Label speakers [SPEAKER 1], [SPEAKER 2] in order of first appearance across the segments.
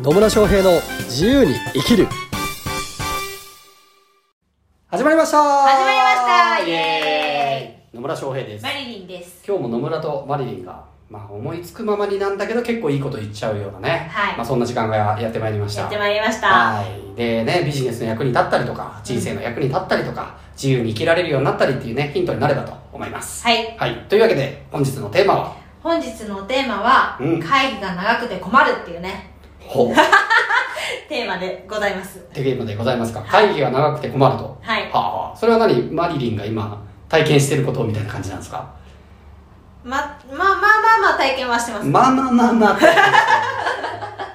[SPEAKER 1] 野村翔平の自由に生きる始まりました
[SPEAKER 2] 始まりましたイエ
[SPEAKER 1] ーイ野村翔平です
[SPEAKER 2] マリリンです。
[SPEAKER 1] 今日も野村とマリリンが、まあ、思いつくままになんだけど結構いいこと言っちゃうようなね、
[SPEAKER 2] はい
[SPEAKER 1] まあ、そんな時間がやってまいりました
[SPEAKER 2] やってまいりました。
[SPEAKER 1] はいでねビジネスの役に立ったりとか人生の役に立ったりとか、自由に生きられるようになったりっていうねヒントになればと思います
[SPEAKER 2] はい。
[SPEAKER 1] はいというわけで本日のテーマは
[SPEAKER 2] 本日のテーマは、
[SPEAKER 1] うん
[SPEAKER 2] 会議が長くて困るっていうね、
[SPEAKER 1] 「ほう」
[SPEAKER 2] テーマでございます。
[SPEAKER 1] ってゲームでございますが会議が長くて困ると
[SPEAKER 2] はい。
[SPEAKER 1] はあ、それは何マリリンが今体験してることみたいな感じなんですか
[SPEAKER 2] ま、まあまあまあまあ体験はしてます。
[SPEAKER 1] まあまあまあまあ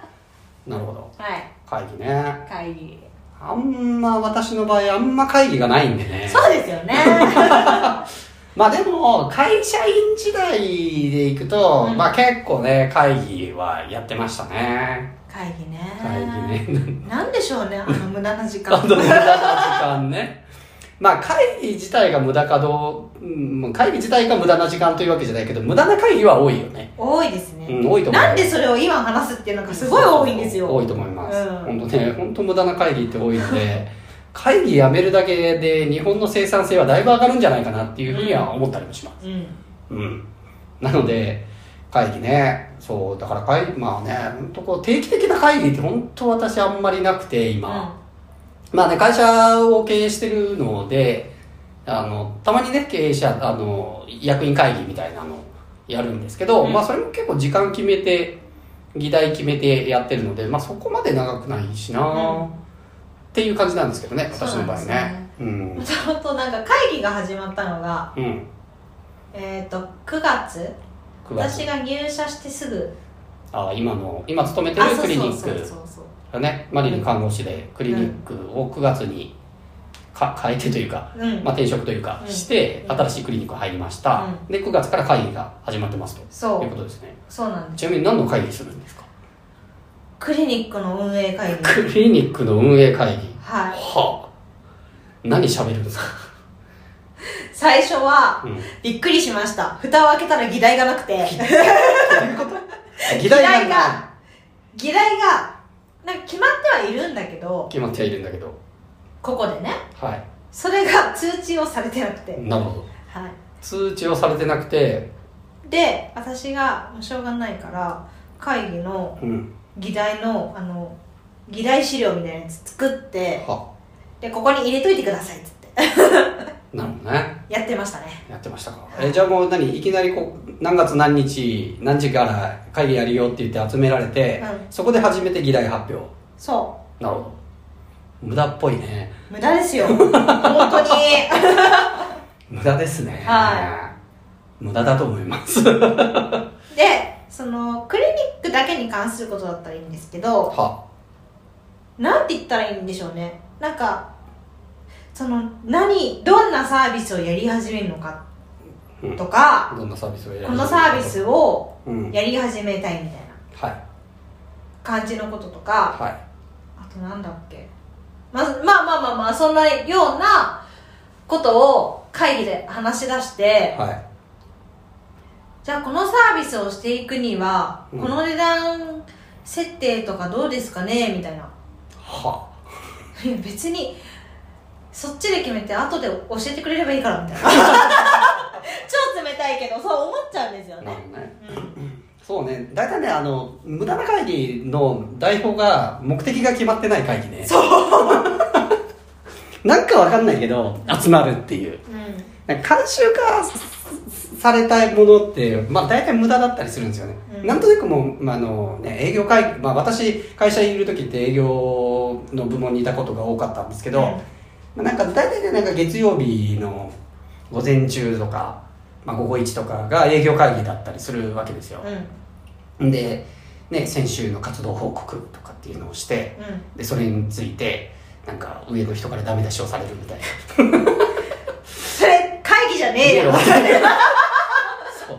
[SPEAKER 1] なるほど
[SPEAKER 2] はい。
[SPEAKER 1] 会議ね
[SPEAKER 2] 会議。
[SPEAKER 1] あんま私の場合あんま会議がないんでね
[SPEAKER 2] そうですよね。
[SPEAKER 1] まあでも会社員時代で行くと、
[SPEAKER 2] うん
[SPEAKER 1] まあ結構ね会議はやってましたね
[SPEAKER 2] 会議ね。
[SPEAKER 1] 会議ね
[SPEAKER 2] なんでしょうね、あの無駄な時間
[SPEAKER 1] あ。と無駄な時間ねまあ会議自体が無駄かどう、うん、会議自体が無駄な時間というわけじゃないけど無駄な会議は多いよね
[SPEAKER 2] 多いですね、
[SPEAKER 1] うん多いと思う
[SPEAKER 2] なんでそれを今話すっていうのがすごい多いんですよ。
[SPEAKER 1] 多いと思います、
[SPEAKER 2] うん
[SPEAKER 1] 本当ね本当無駄な会議って多いので 会議やめるだけで日本の生産性はだいぶ上がるんじゃないかなっていうふうには思ったりもします
[SPEAKER 2] うん。
[SPEAKER 1] うんなので会議ねそうだから会まあね本当こう定期的な会議って本当私あんまりなくて今、まあね会社を経営してるのであのたまにね経営者あの役員会議みたいなのやるんですけど、
[SPEAKER 2] うん
[SPEAKER 1] まあそれも結構時間決めて議題決めてやってるのでまあそこまで長くないしな、
[SPEAKER 2] うん
[SPEAKER 1] っていう感じなんですけどね私の場合
[SPEAKER 2] そうなんです
[SPEAKER 1] ね
[SPEAKER 2] ね
[SPEAKER 1] うん
[SPEAKER 2] もともとなんか会議が始まったのが、
[SPEAKER 1] うん
[SPEAKER 2] えっ、と、9月
[SPEAKER 1] 9月
[SPEAKER 2] 私が入社してすぐ。
[SPEAKER 1] あ今の今勤めて
[SPEAKER 2] あ、
[SPEAKER 1] る
[SPEAKER 2] そう
[SPEAKER 1] クリニ
[SPEAKER 2] そう
[SPEAKER 1] ック
[SPEAKER 2] そうそうそう。
[SPEAKER 1] ね、マリリン看護師でクリニックを9月にか変えてというか、
[SPEAKER 2] うん
[SPEAKER 1] まあ、転職というか
[SPEAKER 2] うん
[SPEAKER 1] して
[SPEAKER 2] うん
[SPEAKER 1] 新しいクリニック入りました、
[SPEAKER 2] う
[SPEAKER 1] で9月から会議が始まってますと
[SPEAKER 2] そ
[SPEAKER 1] いうこ
[SPEAKER 2] う
[SPEAKER 1] とですね
[SPEAKER 2] そうなんです
[SPEAKER 1] ちなみに何の会議するんですか
[SPEAKER 2] クリニックの運営会議
[SPEAKER 1] クリニックの運営会議
[SPEAKER 2] はい
[SPEAKER 1] はあ何喋るんですか、
[SPEAKER 2] 最初は
[SPEAKER 1] うん、
[SPEAKER 2] びっくりしました蓋を開けたら議題がな くて
[SPEAKER 1] 議
[SPEAKER 2] 題
[SPEAKER 1] 題が
[SPEAKER 2] が議題がなんか決まってはいるんだけど
[SPEAKER 1] 決まってはいるんだけど
[SPEAKER 2] ここでね
[SPEAKER 1] はい
[SPEAKER 2] それが通知をされてなくて、
[SPEAKER 1] なるほど
[SPEAKER 2] は
[SPEAKER 1] 通知をされてなくて、
[SPEAKER 2] い、で私がもうしょうがないから会議の
[SPEAKER 1] うん、
[SPEAKER 2] 議題のあの議題資料みたいなやつ作って
[SPEAKER 1] は
[SPEAKER 2] でここに入れといてくださいっつって
[SPEAKER 1] あなるほどね
[SPEAKER 2] やってましたね
[SPEAKER 1] やってましたかえじゃあもう何いきなりこう何月何日何時から会議やるよって言って集められて、
[SPEAKER 2] うん
[SPEAKER 1] そこで初めて議題発表
[SPEAKER 2] そう
[SPEAKER 1] なるほど無駄っぽいね
[SPEAKER 2] 無駄ですよ本当に
[SPEAKER 1] 無駄ですね
[SPEAKER 2] は
[SPEAKER 1] 無駄だと思います
[SPEAKER 2] でそのクリニックだけに関することだったらいいんですけど
[SPEAKER 1] は
[SPEAKER 2] なんて言ったらいいんでしょうねなんかその何どんなサービスをやり始めるのか
[SPEAKER 1] うん
[SPEAKER 2] とか、
[SPEAKER 1] どんなサービスをやる
[SPEAKER 2] このサービスを
[SPEAKER 1] うんはい
[SPEAKER 2] やり始めたいみたいな感じのこととか
[SPEAKER 1] は
[SPEAKER 2] あとなんだっけまずまあまあまあまあそんなようなことを会議で話し出して
[SPEAKER 1] いは
[SPEAKER 2] じゃあこのサービスをしていくには、
[SPEAKER 1] うん
[SPEAKER 2] この値段設定とかどうですかねみたいな
[SPEAKER 1] いはあ
[SPEAKER 2] いや別にそっちで決めて後で教えてくれればいいからみた いな超冷たいけどそう思っちゃうんですよ
[SPEAKER 1] なる
[SPEAKER 2] ね、
[SPEAKER 1] ほどね
[SPEAKER 2] うん、
[SPEAKER 1] そうね大体ねあの無駄な会議の代表が目的が決まってない会議ねそう なんかわかんないけど集まるっていうなんか慣習化されたものって、まあ、大体無駄だったりするんですよね、
[SPEAKER 2] うん
[SPEAKER 1] なんとなくもう、まああのね、営業会、まあ、私会社にいる時って営業の部門にいたことが多かったんですけど、
[SPEAKER 2] うん
[SPEAKER 1] まあなんか大体ねなんか月曜日の午前中とか、まあ、午後1とかが営業会議だったりするわけですよ
[SPEAKER 2] うん、うん
[SPEAKER 1] で、ね、先週の活動報告とかっていうのをしてでそれについてなんか上の人からダメ出しをされるみたいな
[SPEAKER 2] それ会議じゃねえよ
[SPEAKER 1] そ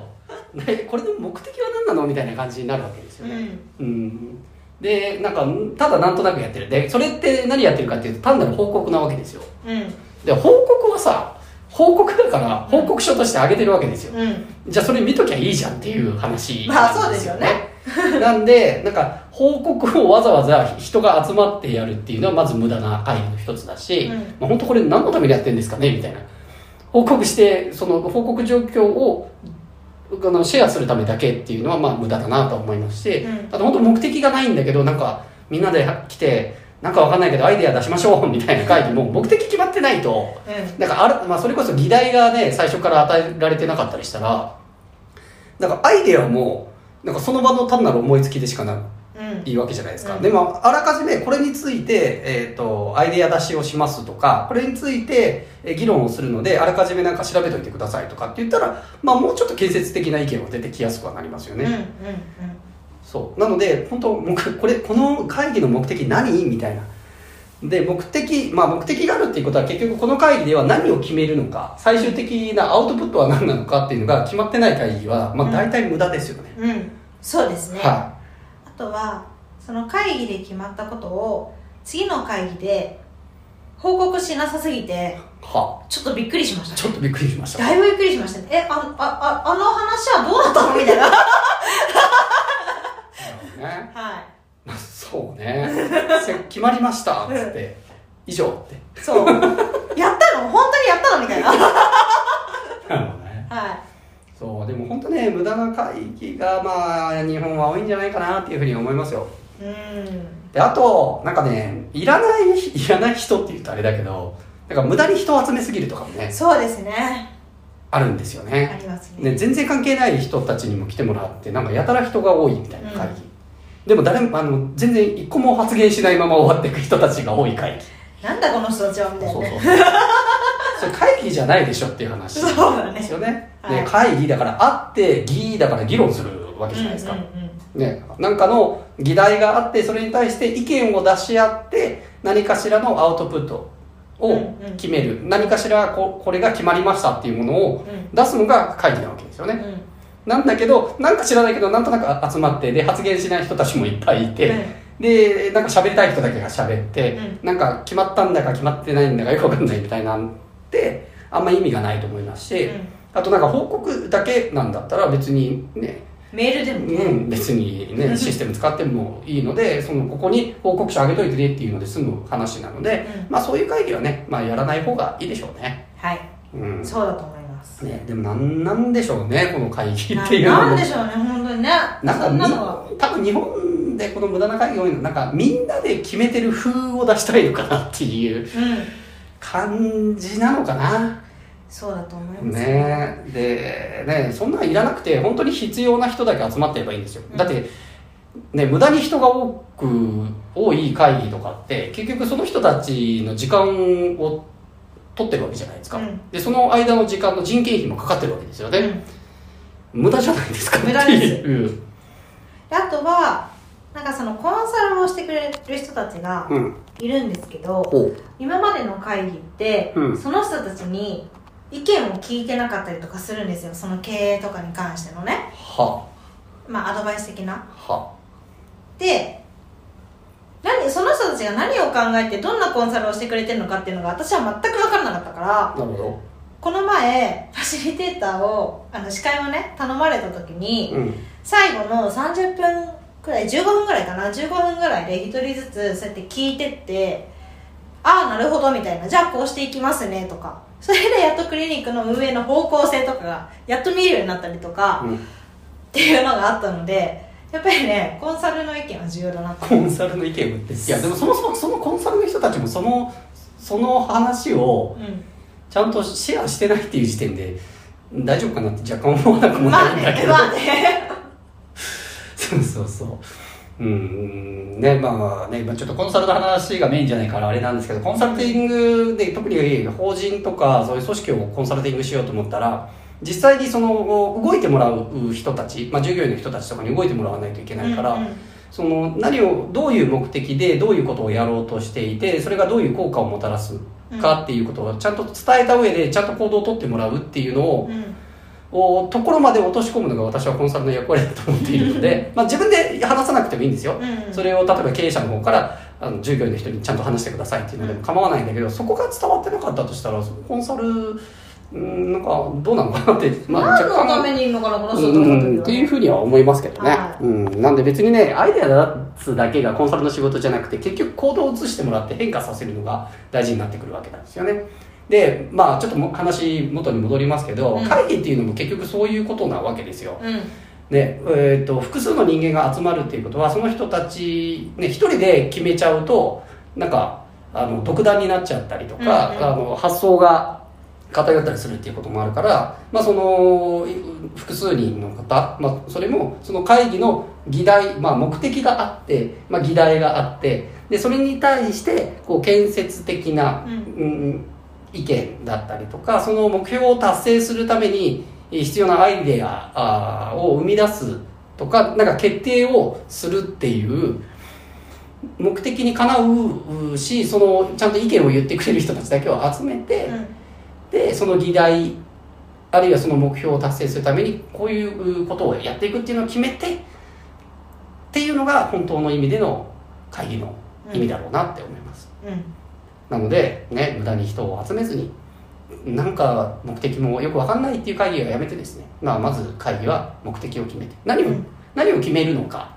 [SPEAKER 1] うでこれの目的は何なのみたいな感じになるわけです
[SPEAKER 2] う
[SPEAKER 1] よね、
[SPEAKER 2] ん
[SPEAKER 1] うんでなんかただなんとなくやってるでそれって何やってるかっていうと単なる報告なわけですよ
[SPEAKER 2] うん
[SPEAKER 1] で報告はさ報告だから報告書としてあげてるわけですよ、
[SPEAKER 2] うん
[SPEAKER 1] じゃあそれ見ときゃいいじゃんっていう話
[SPEAKER 2] まあそうですよね
[SPEAKER 1] なんでなんか報告をわざわざ人が集まってやるっていうのはまず無駄な会議の一つだし、
[SPEAKER 2] うん
[SPEAKER 1] まあ、本当これ何のためにやってるんですかねみたいな報告してその報告状況をあのシェアするためだけっていうのはまあ無駄だなと思いますし、
[SPEAKER 2] うん
[SPEAKER 1] あと本当目的がないんだけどなんかみんなで来てなんかわかんないけどアイデア出しましょうみたいな会議も目的決まってないと。
[SPEAKER 2] うん
[SPEAKER 1] なんかある、まあ、それこそ議題がね、最初から与えられてなかったりしたら、なんかアイデアも、なんかその場の単なる思いつきでしかな
[SPEAKER 2] うん
[SPEAKER 1] いわけじゃないですか。
[SPEAKER 2] うん
[SPEAKER 1] でも、あらかじめこれについて、えっ、と、アイデア出しをしますとか、これについてえー議論をするので、あらかじめなんか調べといてくださいとかって言ったら、まあもうちょっと建設的な意見が出てきやすくはなりますよ
[SPEAKER 2] うん
[SPEAKER 1] ね。
[SPEAKER 2] うんうん
[SPEAKER 1] そうなので本当目これこの会議の目的何みたいなで目的まあ目的があるっていうことは結局この会議では何を決めるのか最終的なアウトプットは何なのかっていうのが決まってない会議は、ま
[SPEAKER 2] う
[SPEAKER 1] あ、
[SPEAKER 2] ん
[SPEAKER 1] 大体無駄ですよね、
[SPEAKER 2] うんうんそうですね、
[SPEAKER 1] は
[SPEAKER 2] あとはその会議で決まったことを次の会議で報告しなさすぎて
[SPEAKER 1] いは
[SPEAKER 2] ちょっとびっくりしました
[SPEAKER 1] ちょっとびっくりしま した
[SPEAKER 2] だいぶびっくりしましたねえああああの話はどうだったのみたいな は
[SPEAKER 1] ね
[SPEAKER 2] い
[SPEAKER 1] そうねせ決まりましたっつって以上って
[SPEAKER 2] そうやったの本当にやったのみたいなは
[SPEAKER 1] なるほどね
[SPEAKER 2] い
[SPEAKER 1] そうでも本当ね無駄な会議がまあ日本は多いんじゃないかなっていうふうに思いますよ
[SPEAKER 2] うん
[SPEAKER 1] であとなんかねいらない いらない人って言うとあれだけどなんか無駄に人を集めすぎるとかもね
[SPEAKER 2] そうですね
[SPEAKER 1] あるんですよ
[SPEAKER 2] あ
[SPEAKER 1] ね
[SPEAKER 2] りますね
[SPEAKER 1] ね全然関係ない人たちにも来てもらってなんかやたら人が多いみたいな会議、
[SPEAKER 2] うん
[SPEAKER 1] でも誰もあの全然一個も発言しないまま終わっていく人たちが多い会議
[SPEAKER 2] なんだこの人たちはみたいな
[SPEAKER 1] そう
[SPEAKER 2] ね
[SPEAKER 1] そう そうそれ会議じゃないでしょっていう話
[SPEAKER 2] そうだね
[SPEAKER 1] ですよね
[SPEAKER 2] はい
[SPEAKER 1] ね会議だからあって議だから議論するわけじゃないですか、
[SPEAKER 2] うんうんうん
[SPEAKER 1] ね、なんかの議題があってそれに対して意見を出し合って何かしらのアウトプットを決める、何かしらここれが決まりましたっていうものを
[SPEAKER 2] うん
[SPEAKER 1] 出すのが会議なわけですよね、
[SPEAKER 2] うん
[SPEAKER 1] なんだけどなんか知らないけどなんとなく集まってで発言しない人たちもいっぱいいて、でなんか喋りたい人だけが喋って、
[SPEAKER 2] う
[SPEAKER 1] なんか決まったんだか決まってないんだかよくわかんないみたいなんてあんま意味がないと思いますし、
[SPEAKER 2] うん
[SPEAKER 1] あとなんか報告だけなんだったら別にね
[SPEAKER 2] メールでもね、
[SPEAKER 1] うん、別にね、システム使ってもいいので、その、ここに報告書あげといてねっていうので済む話なので、
[SPEAKER 2] うん
[SPEAKER 1] まあそういう会議はね、まあやらない方がいいでしょうね。
[SPEAKER 2] はい
[SPEAKER 1] うん。
[SPEAKER 2] そうだと思います
[SPEAKER 1] ね、でもなんなんでしょうね、この会議っていうの
[SPEAKER 2] な
[SPEAKER 1] も
[SPEAKER 2] んで。しょうね本当にね
[SPEAKER 1] なんか
[SPEAKER 2] そんなのは
[SPEAKER 1] に多分日本でこの無駄な会議多いの、なんかみんなで決めてる風を出したいのかなっていう
[SPEAKER 2] うん
[SPEAKER 1] 感じなのかな。
[SPEAKER 2] そうだと思います
[SPEAKER 1] ねでねそんなんいらなくて本当に必要な人だけ集まってればいいんですよ、
[SPEAKER 2] うん
[SPEAKER 1] だってね無駄に人が多く多い会議とかって結局その人たちの時間を取ってるわけじゃないですか、
[SPEAKER 2] うん
[SPEAKER 1] でその間の時間の人件費もかかってるわけですよね、無駄じゃないですか
[SPEAKER 2] 無駄です
[SPEAKER 1] っていう
[SPEAKER 2] であとはなんかそのコンサルをしてくれる人たちが
[SPEAKER 1] うん
[SPEAKER 2] いるんですけど、
[SPEAKER 1] こう
[SPEAKER 2] 今までの会議って、
[SPEAKER 1] うん
[SPEAKER 2] その人たちに意見を聞いてなかったりとかするんですよその経営とかに関してのね
[SPEAKER 1] は
[SPEAKER 2] まあアドバイス的な
[SPEAKER 1] は
[SPEAKER 2] で何その人たちが何を考えてどんなコンサルをしてくれてるのかっていうのが私は全く分からなかったから
[SPEAKER 1] なるほ
[SPEAKER 2] この前ファシリテーターをあの司会をね頼まれた時に、
[SPEAKER 1] どうん
[SPEAKER 2] 最後の30分くらい15分くらいかな15分くらいで一人ずつそうやって聞いてってああなるほどみたいなじゃあこうしていきますねとかそれでやっとクリニックの運営の方向性とかがやっと見えるようになったりとか
[SPEAKER 1] うん
[SPEAKER 2] っていうのがあったのでやっぱりねコンサルの意見は重要だなと
[SPEAKER 1] コンサルの意見を言っていやでもそもそもそのコンサルの人たちもそのその話を
[SPEAKER 2] うん
[SPEAKER 1] ちゃんとシェアしてないっていう時点で大丈夫かなって若干思わなくも
[SPEAKER 2] ま
[SPEAKER 1] な
[SPEAKER 2] あ
[SPEAKER 1] いんだ
[SPEAKER 2] ね
[SPEAKER 1] けど、
[SPEAKER 2] まあね
[SPEAKER 1] そうそうそううんねまあね、まあ、ちょっとコンサルの話がメインじゃないからあれなんですけどコンサルティングで特に法人とかそういう組織をコンサルティングしようと思ったら実際にその動いてもらう人たち、まあ、従業員の人たちとかに動いてもらわないといけないから、
[SPEAKER 2] うんうん
[SPEAKER 1] その何をどういう目的でどういうことをやろうとしていてそれがどういう効果をもたらすかっていうことをちゃんと伝えた上でちゃんと行動をとってもらうっていうのを
[SPEAKER 2] うん
[SPEAKER 1] をところまで落とし込むのが私はコンサルの役割だと思っているので、まあ、自分で話さなくてもいいんですよ、
[SPEAKER 2] うん
[SPEAKER 1] それを例えば経営者の方からあの従業員の人にちゃんと話してくださいっていうのでも構わないんだけどそこが伝わってなかったとしたらそのコンサルうんなんかどうなのかなって、まあ、
[SPEAKER 2] 何のためにいるのかなこの人と
[SPEAKER 1] う
[SPEAKER 2] 思ったけど
[SPEAKER 1] んっていうふうには思いますけどね、
[SPEAKER 2] は
[SPEAKER 1] うん、なんで別にねアイデア出すだけがコンサルの仕事じゃなくて結局行動を移してもらって変化させるのが大事になってくるわけなんですよねでまあちょっとも話元に戻りますけど、
[SPEAKER 2] うん
[SPEAKER 1] 会議っていうのも結局そういうことなわけですよ
[SPEAKER 2] うん
[SPEAKER 1] ねえー、と複数の人間が集まるっていうことはその人たち、ね、一人で決めちゃうとなんかあの独断になっちゃったりとか、
[SPEAKER 2] うんうん
[SPEAKER 1] あの発想が偏ったりするっていうこともあるから、まあ、そのい複数人の方、まあ、それもその会議の議題、まあ、目的があって、まあ、議題があってでそれに対してこう建設的な、
[SPEAKER 2] う
[SPEAKER 1] うん意見だったりとかその目標を達成するためにえー必要なアイデアあーを生み出すとかなんか決定をするっていう目的にかなううしそのちゃんと意見を言ってくれる人たちだけを集めて、でその議題あるいはその目標を達成するためにこういうことをやっていくっていうのを決めてっていうのが本当の意味での会議の意味だろうなって思います。
[SPEAKER 2] うん
[SPEAKER 1] なので、ね、無駄に人を集めずに、なんか目的もよくわかんないっていう会議はやめてですね、まあ、まず会議は目的を決めて、何を、
[SPEAKER 2] うん
[SPEAKER 1] 何を決めるのか、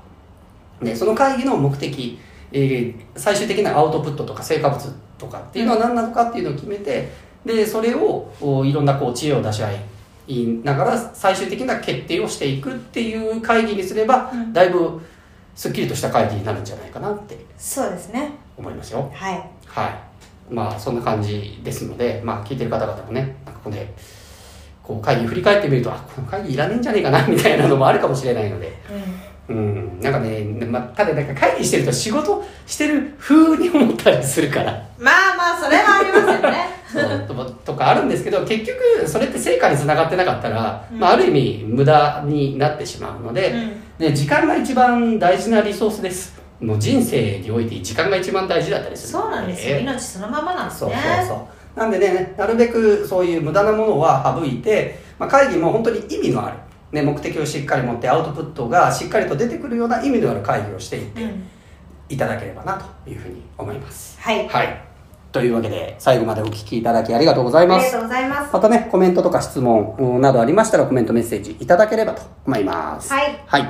[SPEAKER 1] ね、その会議の目的、えー最終的なアウトプットとか成果物とかっていうのは何なのかっていうのを決めて、で、それをおいろんなこう知恵を出し合いながら最終的な決定をしていくっていう会議にすれば、
[SPEAKER 2] うん
[SPEAKER 1] だいぶすっきりとした会議になるんじゃないかなって
[SPEAKER 2] そうですね
[SPEAKER 1] 思いますよ。
[SPEAKER 2] はい
[SPEAKER 1] はい。まあ、そんな感じですので、まあ、聞いてる方々もね、なんかここで、こう、会議振り返ってみると、あ、この会議いらねえんじゃねえかな、み たいなのもあるかもしれないので、
[SPEAKER 2] うん
[SPEAKER 1] うん、なんかね、まあ、ただなんか会議してると仕事してる風に思ったりするから、
[SPEAKER 2] まあまあそれはありますよね
[SPEAKER 1] そうととかあるんですけど、結局、それって成果につながってなかったら、
[SPEAKER 2] うん
[SPEAKER 1] まあ、ある意味、無駄になってしまうので、ね、時間が一番大事なリソースです。もう人生において時間が一番大事だったりする
[SPEAKER 2] そうなんですよ命そのままなんです
[SPEAKER 1] そう
[SPEAKER 2] ね
[SPEAKER 1] そうそう。なんでね、なるべくそういう無駄なものは省いて、まあ、会議も本当に意味のある、ね、目的をしっかり持ってアウトプットがしっかりと出てくるような意味のある会議をして
[SPEAKER 2] うん
[SPEAKER 1] いただければなというふうに思います。
[SPEAKER 2] はい
[SPEAKER 1] はい。というわけで、最後までお聞きいただきありがとうござい
[SPEAKER 2] あ
[SPEAKER 1] ま
[SPEAKER 2] りが
[SPEAKER 1] す
[SPEAKER 2] と。うございます
[SPEAKER 1] またね、コメントとか質問うんなどありましたらコメントメッセージいただければと思います。
[SPEAKER 2] はい
[SPEAKER 1] はい。